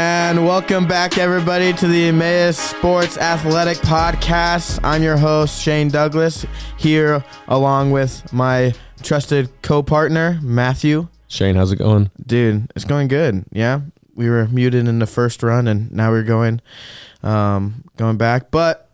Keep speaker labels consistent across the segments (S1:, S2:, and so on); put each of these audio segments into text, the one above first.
S1: welcome back, everybody, to the Emmaus Sports Athletic Podcast. I'm your host, Shane Douglas, here along with my trusted co partner, Matthew.
S2: Shane, how's it going?
S1: Dude, it's going good. Yeah. We were muted in the first run, and now we're going um, going back. But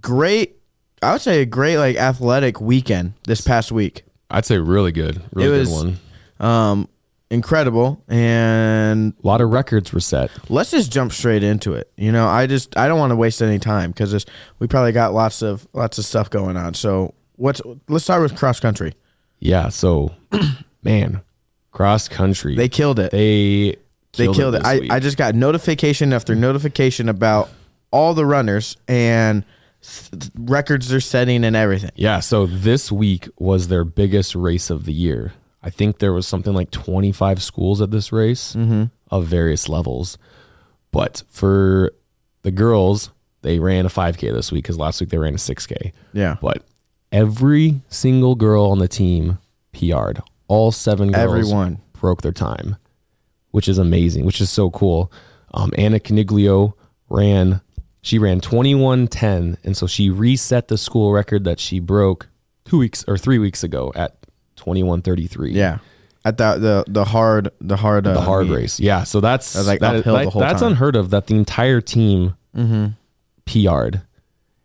S1: great, I would say a great, like, athletic weekend this past week.
S2: I'd say really good. Really
S1: It was-
S2: good one.
S1: Um, incredible. And
S2: A lot of records were set.
S1: let's just jump straight into it. You know, I just I don't want to waste any time because we probably got lots of lots of stuff going on. So what's let's start with cross country.
S2: Yeah, so man, cross country.
S1: They killed it. They,
S2: they killed
S1: killed it.
S2: this
S1: I,
S2: week.
S1: I just got notification after notification about all the runners and th- records they're setting and everything.
S2: yeah, so this week was their biggest race of the year. I think there was something like 25 schools at this race
S1: Mm-hmm.
S2: of various levels. But for the girls, they ran a 5K this week because last week they ran a 6K.
S1: Yeah.
S2: But every single girl on the team PR'd. All seven girls
S1: Everyone.
S2: broke their time, which is amazing, which is so cool. Um, Anna Caniglio ran, she ran 21.10, and so she reset the school record that she broke two weeks or three weeks ago at 21.33.
S1: Yeah. At the the the hard the hard uh,
S2: The hard
S1: meet.
S2: race. Yeah. So that's
S1: That's like
S2: that-
S1: uphill the
S2: that-
S1: whole
S2: that's
S1: time. Mm-hmm.
S2: unheard of that the entire team PR'd.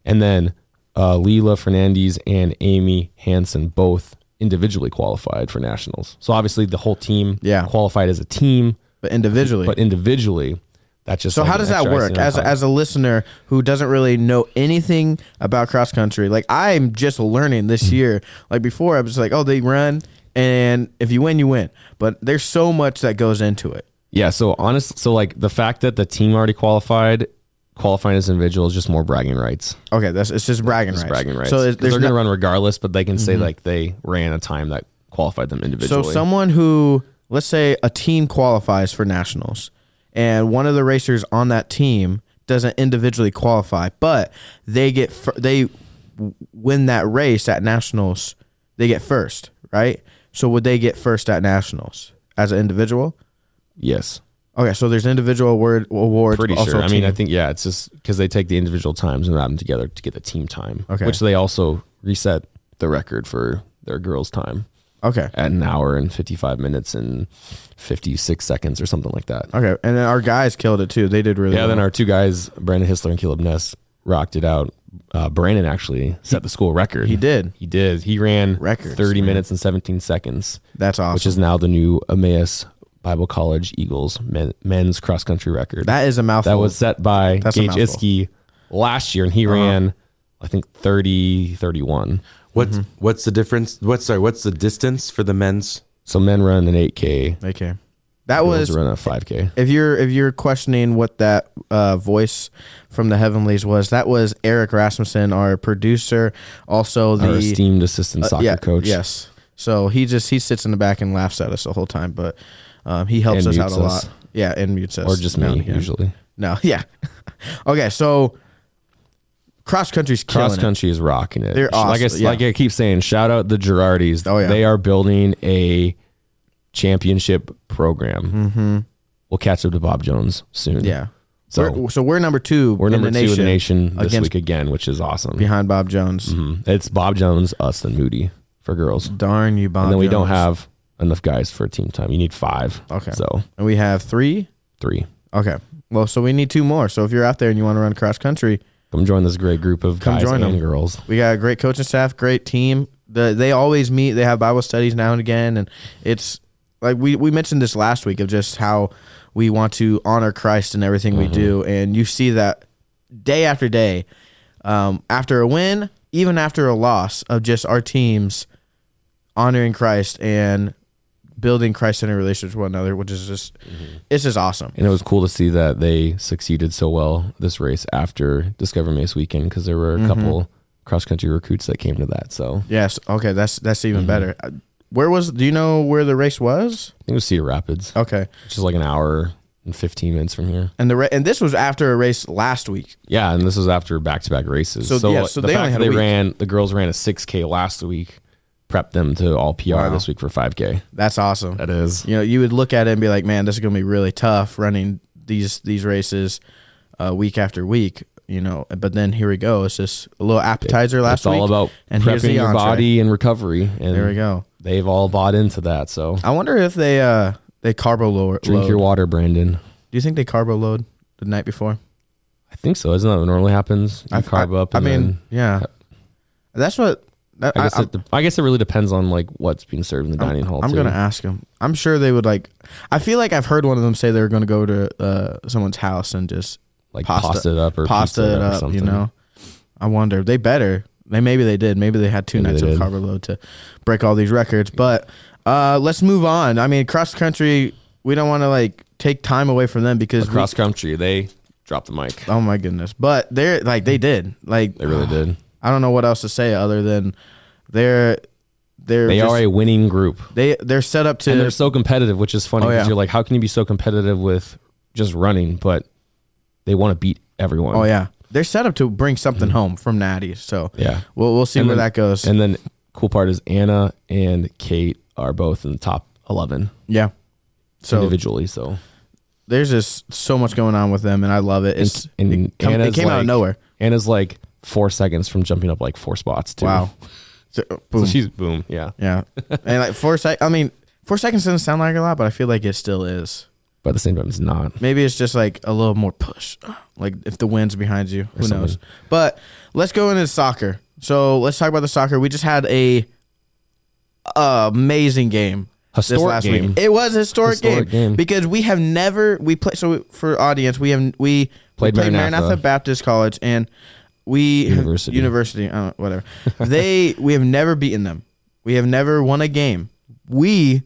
S2: And then uh, Leela Fernandez and Amy Hansen both individually qualified for nationals. So obviously the whole team
S1: Yeah.
S2: qualified as a team,
S1: but individually.
S2: but individually, that just
S1: so
S2: like
S1: how
S2: an
S1: does that
S2: extra
S1: work
S2: icing on
S1: as a,
S2: top.
S1: as a listener who doesn't really know anything about cross country? Like I'm just learning this
S2: Mm-hmm.
S1: year. Like before, I was like, oh, they run, and if you win, you win. But there's so much that goes into it.
S2: yeah. So honest, so like the fact that the team already qualified, qualifying as individual is just more bragging rights.
S1: Okay, that's it's just bragging rights.
S2: Bragging rights.
S1: So
S2: So
S1: it-
S2: they're
S1: there's
S2: going to
S1: no- Mm-hmm.
S2: run regardless, but they can say like they ran a time that qualified them
S1: so
S2: individually.
S1: someone who let's say a team qualifies for nationals, and one of the racers on that team doesn't individually qualify, but they get fir- they w- win that race at nationals. They get first, right? So would they get first at nationals as an individual?
S2: yes.
S1: Okay, so there's individual award awards.
S2: Pretty
S1: but also
S2: sure. I mean, I
S1: team.
S2: think yeah, it's just because they take the individual times and wrap them together to get the team time.
S1: Okay.
S2: Which they also reset the record for their girls' time
S1: okay,
S2: at an hour and fifty-five minutes and fifty-six seconds or something like that.
S1: okay, and then our guys killed it too. They did really.
S2: Yeah.
S1: well.
S2: Then our two guys, Brandon Hisler and Caleb Ness, rocked it out. Uh, Brandon actually set the school record.
S1: he did.
S2: He did. He ran
S1: Records,
S2: thirty minutes and seventeen seconds,
S1: That's awesome.
S2: which is now the new Emmaus Bible College Eagles men, men's cross country record.
S1: that is a mouthful.
S2: that was set by
S1: That's a
S2: Gage
S1: mouthful. Uh-huh.
S2: Iskey last year, and he ran, I think, 30, 31.
S3: What's what's the difference? What's sorry? What's the distance for the men's?
S2: So men run an 8K,
S1: okay. That
S2: girls
S1: was
S2: run a 5K.
S1: if you're if you're questioning what that uh, voice from the heavenlies was, that was Eric Rasmussen, our producer, also
S2: Our
S1: the uh,
S2: esteemed assistant soccer
S1: yeah,
S2: coach.
S1: Yes, so he just he sits in the back and laughs at us the whole time, but um, he helps
S2: And
S1: us out
S2: mutes
S1: a lot.
S2: us.
S1: Yeah, and mutes us
S2: Or just
S1: now and
S2: me,
S1: again.
S2: usually.
S1: No, yeah. okay, so cross country's killing
S2: Cross country is rocking it.
S1: They're
S2: Like I,
S1: awesome, yeah.
S2: like I keep saying, shout out the Girardis.
S1: Oh, yeah.
S2: They are building a championship program. We'll catch up to Bob Jones soon.
S1: it. Mm-hmm. Yeah.
S2: So
S1: we're, so we're number two.
S2: we're
S1: in
S2: number
S1: the
S2: two
S1: nation
S2: in the nation this
S1: against-
S2: week again, which is awesome.
S1: behind Bob Jones.
S2: Mhm. It's Bob Jones, us, and Moody for girls.
S1: Darn you, Bob.
S2: and then we don't
S1: Jones.
S2: have enough guys for team time. You need five.
S1: Okay.
S2: So
S1: and we have three.
S2: three.
S1: Okay. Well, so we need two more. So if you're out there and you want to run cross country,
S2: Come join this great group of
S1: Come
S2: guys
S1: join
S2: and
S1: them.
S2: girls.
S1: we got a great coaching staff, great team. The, they always meet. They have Bible studies now and again, and it's like we we mentioned this last week of just how we want to honor Christ in everything we do, and you see that day after day, um, after a win, even after a loss, of just our teams honoring Christ and building Christ-centered relationships with one another, which is just it's just awesome.
S2: And it was cool to see that they succeeded so well this race after Discover Mace weekend because there
S1: Mm-hmm.
S2: were a couple cross country recruits that came to that. So I think
S1: Yes. Okay. That's that's
S2: Mm-hmm.
S1: even better. Uh, Where was? Do you know where the race was?
S2: it was Cedar Rapids,
S1: Okay.
S2: which is like an hour and 15 minutes from here.
S1: And the ra- and this was after a race last week.
S2: Yeah. And this was after back to back races.
S1: So,
S2: So,
S1: yeah, so
S2: the
S1: they
S2: fact
S1: only had
S2: that
S1: a
S2: they
S1: week.
S2: ran, the girls ran a 6K last week, prepped them to all PR this week for 5K.
S1: That's awesome.
S2: That is.
S1: You know, you would look at it and be like, man, this is gonna be really tough running these these races uh, week after week. You know, but then here we go. It's just a little appetizer last
S2: it's all
S1: week,
S2: about
S1: and here's
S2: prepping
S1: the
S2: your
S1: entree.
S2: body and recovery. And
S1: There we go.
S2: They've all bought into that. So
S1: I wonder if they uh they carbo lower.
S2: drink
S1: load.
S2: your water, Brandon.
S1: Do you think they carbo load the night before?
S2: I think so. Isn't that what normally happens? You
S1: I-
S2: carb
S1: I,
S2: up.
S1: I
S2: And
S1: mean,
S2: then-
S1: yeah, that's what. That,
S2: I guess,
S1: I,
S2: it, de- I guess it really depends on like what's being served in the dining hall.
S1: I'm
S2: too.
S1: gonna ask them. I'm sure they would like. I feel like I've heard one of them say they were gonna go to uh, someone's house and just
S2: like
S1: pasta-
S2: pasta, it up or
S1: pasta
S2: pizza
S1: it
S2: or
S1: up.
S2: something.
S1: You know, I wonder. They better. They maybe they did. Maybe they had two
S2: Maybe
S1: nights
S2: they
S1: of
S2: did.
S1: carb load to break all these records. But uh, let's move on. I mean, cross country. We don't want to like take time away from them because we,
S2: Cross country, they dropped the mic.
S1: oh my goodness. But they're like they did. Like
S2: They really did.
S1: I don't know what else to say other than they're they're
S2: They
S1: just-
S2: are a winning group,
S1: they they're set up to
S2: and they're so competitive, which is funny
S1: Oh,
S2: because
S1: yeah.
S2: you're like, how can you be so competitive with just running? But they want to beat everyone.
S1: Oh yeah, they're set up to bring something home from Natty. So
S2: Mm-hmm. Yeah.
S1: we'll we'll see
S2: And
S1: where
S2: then-
S1: that goes.
S2: And then cool part is Anna and Kate are both in the top eleven
S1: yeah. So
S2: individually. So
S1: there's just so much going on with them, and I love it. It's
S2: and
S1: it, come- it
S2: Anna's
S1: came out
S2: like-
S1: of nowhere.
S2: Anna's like four seconds from jumping up like four spots too.
S1: Wow. So, uh,
S2: So
S1: boom.
S2: she's boom. Yeah.
S1: yeah, and like four sec. I mean, four seconds doesn't sound like a lot, but I feel like it still is.
S2: But at the same time, it's not.
S1: Maybe it's just like a little more push. Like if the wind's behind you, who knows? But let's go into soccer. So let's talk about the soccer. We just had a amazing game. this
S2: Historic
S1: last
S2: game.
S1: Week. It was a historic,
S2: Historic
S1: game,
S2: game.
S1: because we have never we play. So for audience, we have we
S2: Played
S1: we played
S2: Maranatha.
S1: Maranatha Baptist College and we
S2: University.
S1: university I don't know, whatever. they we have never beaten them. We have never won a game. We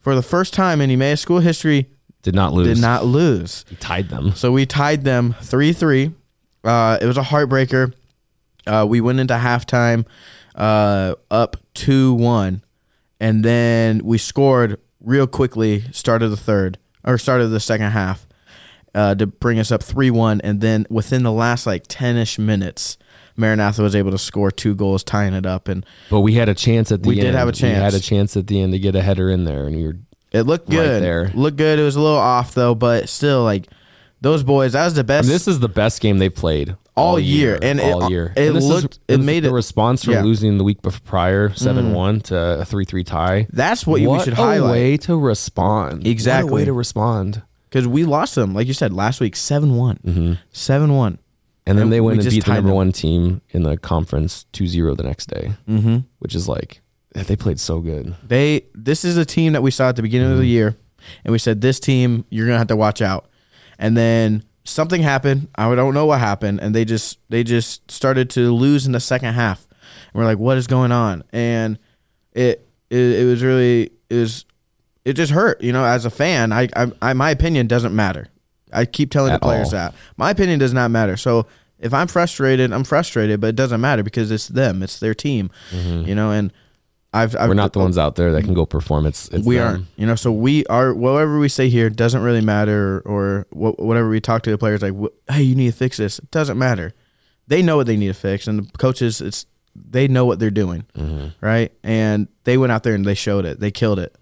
S1: for the first time in Emmaus school history
S2: Did not lose.
S1: did not lose.
S2: He tied them.
S1: So we tied them 3 3. Uh, it was a heartbreaker. Uh, we went into halftime uh, up 2 1. And then we scored real quickly, started the third, or started the second half uh, to bring us up 3 1. And then within the last like 10 ish minutes, Maranatha was able to score two goals, tying it up. And
S2: But we had a chance at the
S1: We
S2: end.
S1: did have a chance.
S2: We had a chance at the end to get a header in there, and we were
S1: it looked
S2: Right
S1: good.
S2: there.
S1: Looked good. It was a little off, though, but still, like, those boys, that was the best.
S2: This is the best game they played
S1: All year, and it-
S2: all year.
S1: it
S2: this is
S1: looked-
S2: the-
S1: it made
S2: the
S1: it-
S2: response from
S1: yeah. Mm-hmm.
S2: losing the week bef- prior seven one to a three three tie.
S1: That's what, you we
S2: What
S1: should
S2: a
S1: highlight.
S2: way to respond. What a
S1: Exactly.
S2: way to respond.
S1: because we lost them, like you said, last week, seven one, seven one.
S2: And then
S1: And
S2: they
S1: we
S2: went and
S1: just
S2: beat the
S1: tied
S2: number
S1: them.
S2: one team in the conference 2-0 the next day, mm-hmm. which is like they played so good.
S1: They this is a team that we saw at the beginning
S2: Mm-hmm.
S1: of the year, and we said this team you're gonna have to watch out. And then something happened. I don't know what happened, and they just they just started to lose in the second half. And we're like, what is going on? And it it, it was really it was it just hurt. You know, as a fan, I I, I my opinion doesn't matter. I keep telling
S2: At
S1: the players
S2: all.
S1: that my opinion does not matter. So if I'm frustrated, I'm frustrated, but it doesn't matter because it's them, it's their team, you know. And I've, I've
S2: Mm-hmm. We're not the ones out there that can go perform. It's, it's
S1: we
S2: them.
S1: aren't you know so we are whatever we say here doesn't really matter or, or wh- whatever we talk to the players like wh- hey you need to fix this it doesn't matter they know what they need to fix and the coaches it's they know what they're doing
S2: Mm-hmm.
S1: right and they went out there and they showed it they killed it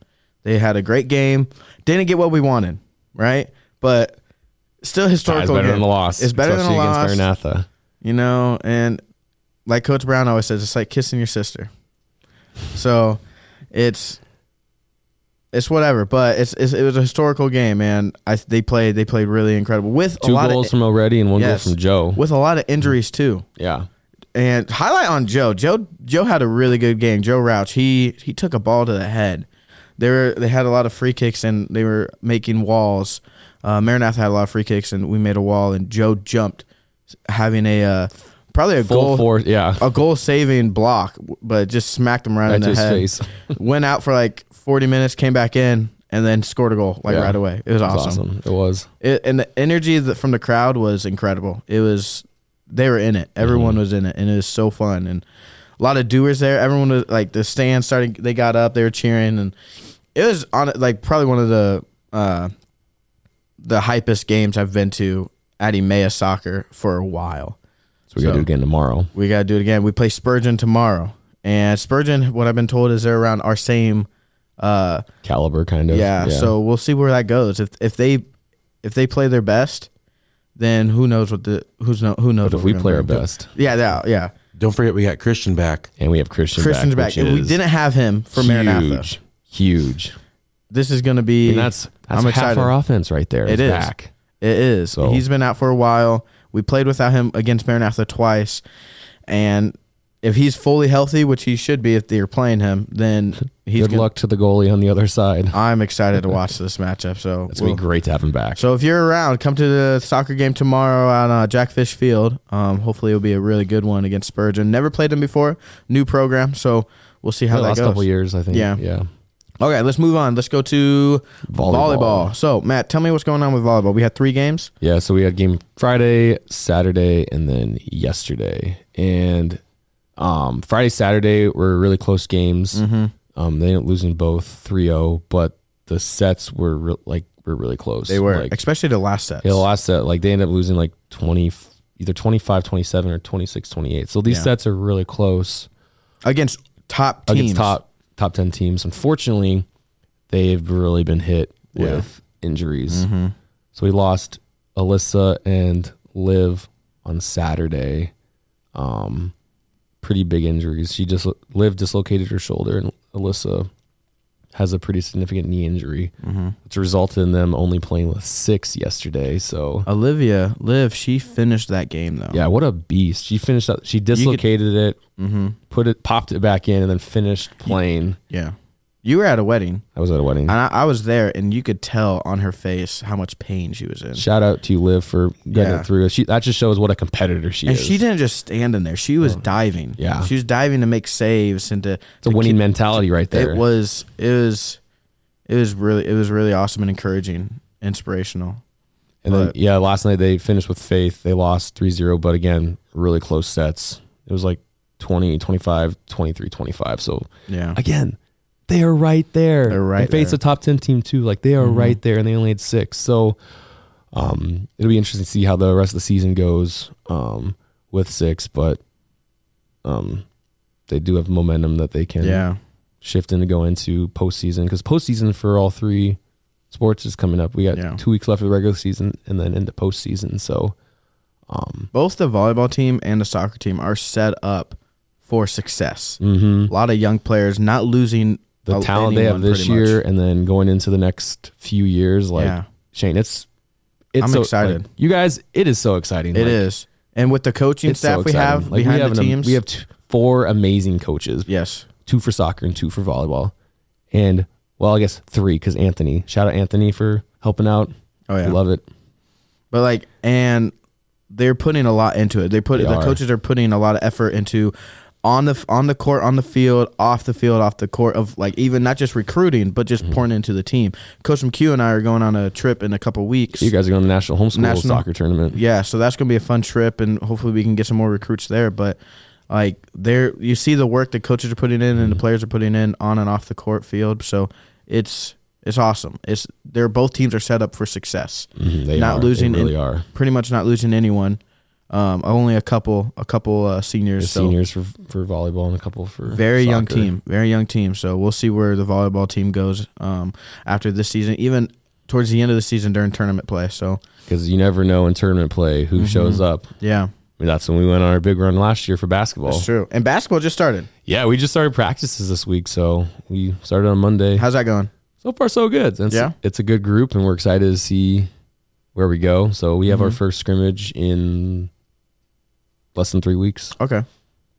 S1: they had a great game didn't get what we wanted right but still
S2: Tie's
S1: historical
S2: better than
S1: game.
S2: a loss.
S1: it's better than a
S2: especially
S1: loss
S2: against Maranatha.
S1: you know and like coach brown always says it's like kissing your sister so it's it's whatever but it's, it's it was a historical game man I, they played they played really incredible with a
S2: Two
S1: lot
S2: goals
S1: of
S2: from O'Ready and one
S1: Yes.
S2: goal from Joe.
S1: with a lot of injuries too
S2: Yeah.
S1: and highlight on Joe. Joe Joe had a really good game. Joe Rouch. He he took a ball to the head. They were they had a lot of free kicks and they were making walls. Uh, Maranatha had a lot of free kicks and we made a wall and Joe jumped, having a uh, probably a
S2: Full
S1: goal
S2: force. Yeah.
S1: a goal saving block, but just smacked him right
S2: Right
S1: in
S2: to
S1: the
S2: his
S1: head.
S2: face.
S1: Went out for like forty minutes, came back in, and then scored a goal like
S2: Yeah.
S1: right away. It was
S2: It was
S1: awesome.
S2: awesome. It was.
S1: It, and the energy that from the crowd was incredible. It was they were in it. Everyone
S2: Mm-hmm.
S1: was in it, and it was so fun. And a lot of doers there. Everyone was like the stands started. They got up. They were cheering, and it was on like probably one of the uh, the hypest games I've been to at Emmaus Soccer for a while.
S2: So we got
S1: So-
S2: to do it again tomorrow.
S1: We gotta do it again. We play Spurgeon tomorrow, and Spurgeon, what I've been told, is they're around our same. Uh,
S2: Caliber, kind of.
S1: yeah, so we'll see where that goes. If if they if they play their best, then who knows what the who's no who knows
S2: But if
S1: what we're
S2: we
S1: gonna
S2: play our
S1: bring.
S2: best
S1: Yeah, yeah, yeah.
S3: Don't forget we got Christian back.
S2: and we have Christian
S1: Christian's back.
S2: back, which
S1: If we
S2: is
S1: didn't have him for Maranatha.
S2: huge, huge.
S1: This is going to be.
S2: And that's that's
S1: I'm
S2: half
S1: excited.
S2: our offense right there.
S1: It is.
S2: back.
S1: It is.
S2: So-
S1: He's been out for a while. We played without him against Maranatha twice, and if he's fully healthy, which he should be if they're playing him, then he's
S2: Good
S1: gonna-
S2: luck to the goalie on the other side.
S1: I'm excited to watch this matchup. So
S2: It's gonna
S1: we'll-
S2: be great to have him back.
S1: So if you're around, come to the soccer game tomorrow on uh, Jack Fish Field. Um, hopefully, it'll be a really good one against Spurgeon. Never played them before. New program, so we'll see how
S2: the
S1: that
S2: last
S1: goes.
S2: couple years, I think.
S1: Yeah.
S2: yeah.
S1: Okay, let's move on. Let's go to volleyball.
S2: Volleyball.
S1: So Matt, tell me what's going on with volleyball. We had three games.
S2: Yeah, so we had game Friday, Saturday, and then yesterday. And um, Friday, Saturday were really close games.
S1: Mm-hmm.
S2: Um, they ended up losing both 3-0, but the sets were re- like were really close.
S1: They were,
S2: like,
S1: especially the last set.
S2: yeah, the last set. Like they ended up losing like 20 either 25 27 or 26 28. So these
S1: Yeah.
S2: sets are really close
S1: against top teams.
S2: against top top 10 teams. Unfortunately, they've really been hit with injuries. So we lost Alyssa and Liv on Saturday. Um pretty big injuries. She just Liv dislocated her shoulder and Alyssa has a pretty significant knee injury, which resulted in them only playing with six yesterday. So
S1: Olivia Liv, she finished that game though.
S2: yeah, what a beast! She finished up. She dislocated it, put it, popped it back in, and then finished playing.
S1: yeah. You were at a wedding,
S2: I was at a wedding.
S1: and I, I was there, and you could tell on her face how much pain she was in.
S2: Shout out to Liv for getting
S1: Yeah.
S2: it through. She that just shows what a competitor she
S1: And
S2: is. Oh.
S1: she didn't just stand in there; she was diving.
S2: Yeah.
S1: she was diving to make saves and to.
S2: it's a winning mentality right there.
S1: It was. It was. It was really. It was really awesome and encouraging, inspirational.
S2: and then
S1: but-
S2: yeah, last night they finished with Faith. They lost 3-0, but again, really close sets. It was like 20, 25, 23, 25. So
S1: Yeah.
S2: again, they are right there.
S1: They're right
S2: And Faith's
S1: there. Mm-hmm.
S2: a top ten team too. Like they are right there, and they only had six. So um, it'll be interesting to see how the rest of the season goes um, with six. But um, they do have momentum that they can
S1: yeah.
S2: shift into go into postseason because postseason for all three sports is coming up. We got
S1: Yeah.
S2: two weeks left of the regular season and then into postseason. So
S1: Both the volleyball team and the soccer team are set up for success. A lot of young players not losing
S2: Mm. mm-hmm. the
S1: a-
S2: talent they
S1: anyone
S2: have this
S1: pretty much.
S2: year and then going into the next few years like
S1: Yeah.
S2: shane it's it's
S1: I'm
S2: so,
S1: excited.
S2: like, you guys it is so exciting
S1: It is,
S2: Like,
S1: And with the coaching
S2: it's so
S1: staff we
S2: exciting.
S1: have
S2: Like,
S1: behind
S2: have
S1: the
S2: an am-
S1: teams,
S2: we have t- four amazing coaches
S1: yes,
S2: two for soccer and two for volleyball and well i guess three because anthony shout out anthony for helping out
S1: Oh, yeah.
S2: love it
S1: but like, and they're putting a lot into it. They put
S2: They
S1: the
S2: are.
S1: coaches are putting a lot of effort into on the on the court, on the field, off the field, off the court of like even not just recruiting, but just
S2: Mm-hmm.
S1: pouring into the team. Coach McHugh and I are going on a trip in a couple weeks.
S2: you guys are going to the national homeschool
S1: National-
S2: soccer tournament
S1: yeah so that's gonna be a fun trip and hopefully we can get some more recruits there but like there you see the work the coaches are putting in and
S2: Mm-hmm.
S1: the players are putting in on and off the court field so it's it's awesome it's they're both teams are set up for success
S2: Mhm, they
S1: not
S2: are. They
S1: losing
S2: really are.
S1: pretty much not losing anyone um only a couple a couple uh, seniors
S2: There's
S1: so
S2: seniors for, for volleyball and a couple for
S1: very young
S2: soccer.
S1: team very young team so we'll see where the volleyball team goes um after this season even towards the end of the season during tournament play so
S2: because you never know in tournament play
S1: Mm-hmm.
S2: who shows up
S1: yeah
S2: I mean, that's when we went on our big run last year for basketball.
S1: it's true and basketball just started
S2: Yeah, we just started practices this week, so we started on Monday.
S1: how's that going
S2: So far, so good. It's,
S1: Yeah.
S2: it's a good group, and we're excited to see where we go. So we have
S1: Mm-hmm.
S2: our first scrimmage in less than three weeks,
S1: okay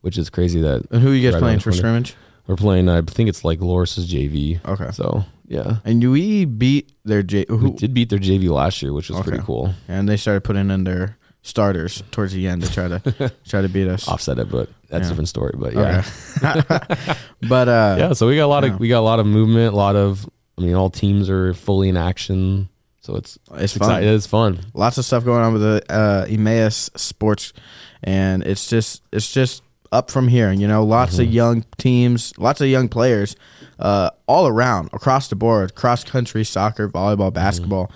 S2: which is crazy that
S1: And who are you guys
S2: Right
S1: playing
S2: around the
S1: for
S2: corner.
S1: scrimmage?
S2: we're playing. I think it's like Loris's JV.
S1: Okay.
S2: So yeah,
S1: And we beat their J-
S2: we
S1: who,
S2: did beat their JV last year, which was pretty
S1: Okay.
S2: cool.
S1: and they started putting in their starters towards the end to try to try to beat us.
S2: Offset it, but that's
S1: Yeah.
S2: a different story. But yeah.
S1: Okay. but uh,
S2: yeah so we got a lot
S1: Yeah.
S2: of we got a lot of movement a lot of i mean all teams are fully in action so it's
S1: It's
S2: exci-
S1: fun.
S2: it's fun
S1: lots of stuff going on with the uh, Emmaus Sports, and it's just it's just up from here. You know, lots of young teams, lots of young players, uh, all around across the board, cross country, soccer, volleyball, basketball.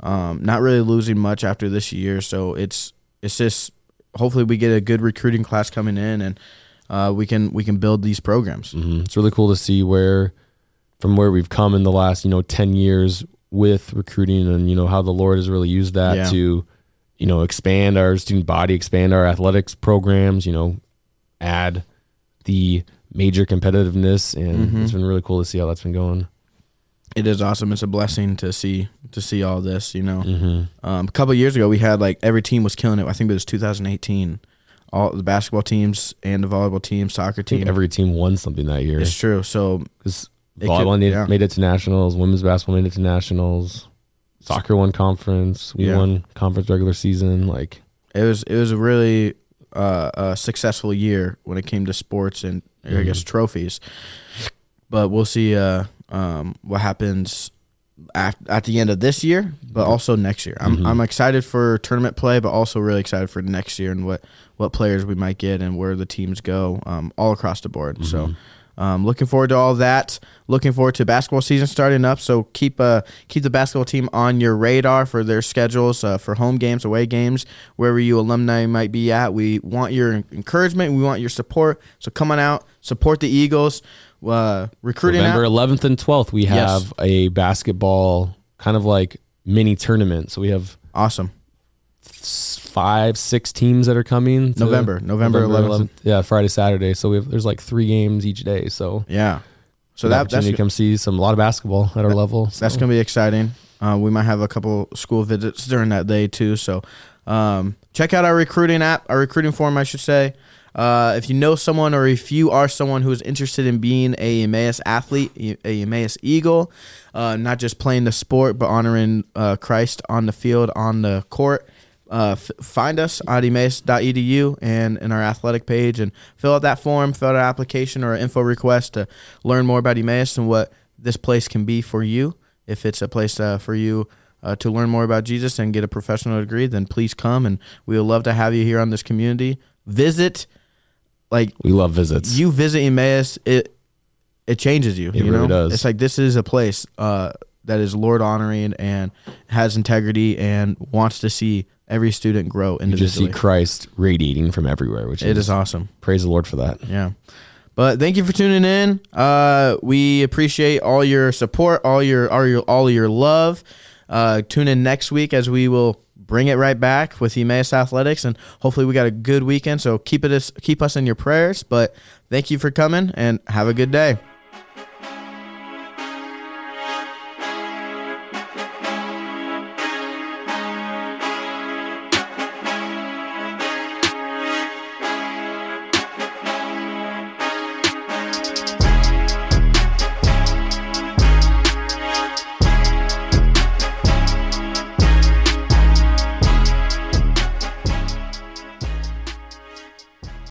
S1: Um, not really losing much after this year, so it's it's just hopefully we get a good recruiting class coming in and. Uh, we can we can build these programs.
S2: Mm-hmm. Mhm. it's really cool to see where from where we've come in the last you know 10 years with recruiting and you know how the Lord has really used that
S1: Yeah.
S2: to you know expand our student body, expand our athletics programs, you know, add the major competitiveness and
S1: Mm-hmm.
S2: it's been really cool to see how that's been going.
S1: it is awesome. It's a blessing to see to see all this. You know,
S2: Mm-hmm.
S1: um, a couple of years ago we had like every team was killing it. I think it was 2018. All the basketball teams and the volleyball team, soccer
S2: I think
S1: team.
S2: every team won something that year.
S1: It's true. So
S2: Because
S1: It
S2: volleyball
S1: could-
S2: made,
S1: yeah.
S2: made it to nationals, women's basketball made it to nationals, soccer won conference, we
S1: Yeah.
S2: won conference regular season. Like
S1: it was it was a really uh, uh, successful year when it came to sports and I guess
S2: Mm-hmm.
S1: trophies. But we'll see uh, um, what happens at, at the end of this year, but also next year. I'm I'm excited for tournament play, but also really excited for next year and what what players we might get and where the teams go um, all across the board. So. Um, looking forward to all that. Looking forward to basketball season starting up. So keep uh, keep the basketball team on your radar for their schedules uh, for home games, away games, wherever you alumni might be at. We want your encouragement. We want your support. So come on out, support the Eagles. Uh, recruiting
S2: November
S1: out.
S2: 11th and 12th, we
S1: Yes.
S2: have a basketball kind of like mini tournament. So we have
S1: awesome.
S2: s- five, six teams that are coming. to-
S1: November, November 11th.
S2: Yeah, Friday, Saturday. So we have, there's like three games each day. So
S1: Yeah. So
S2: an
S1: that, that's
S2: opportunity to come see some a lot of basketball at our level. So
S1: That's gonna be exciting. Uh, we might have a couple school visits during that day too. So um, check out our recruiting app, our recruiting form, I should say. Uh, if you know someone or if you are someone who is interested in being a Emmaus athlete, e- a Emmaus Eagle, uh, not just playing the sport but honoring uh, Christ on the field, on the court, uh, f- find us at emmaus.edu and in our athletic page and fill out that form, fill out an application or an info request to learn more about Emmaus and what this place can be for you. If it's a place uh, for you uh, to learn more about Jesus and get a professional degree, then please come and we would love to have you here on this community. Visit, like
S2: we love visits.
S1: you visit Emmaus, it it changes you. It you
S2: really
S1: know?
S2: does.
S1: It's like this is a place uh, that is Lord honoring and has integrity and wants to see every student grow
S2: you just
S1: individually.
S2: see Christ radiating from everywhere, which
S1: it
S2: is
S1: is awesome.
S2: praise the Lord for that.
S1: Yeah. But thank you for tuning in. Uh, we appreciate all your support, all your all your all your love. Uh, tune in next week as we will bring it right back with Emmaus Athletics, and hopefully we got a good weekend. So keep it us keep us in your prayers. But thank you for coming, and have a good day.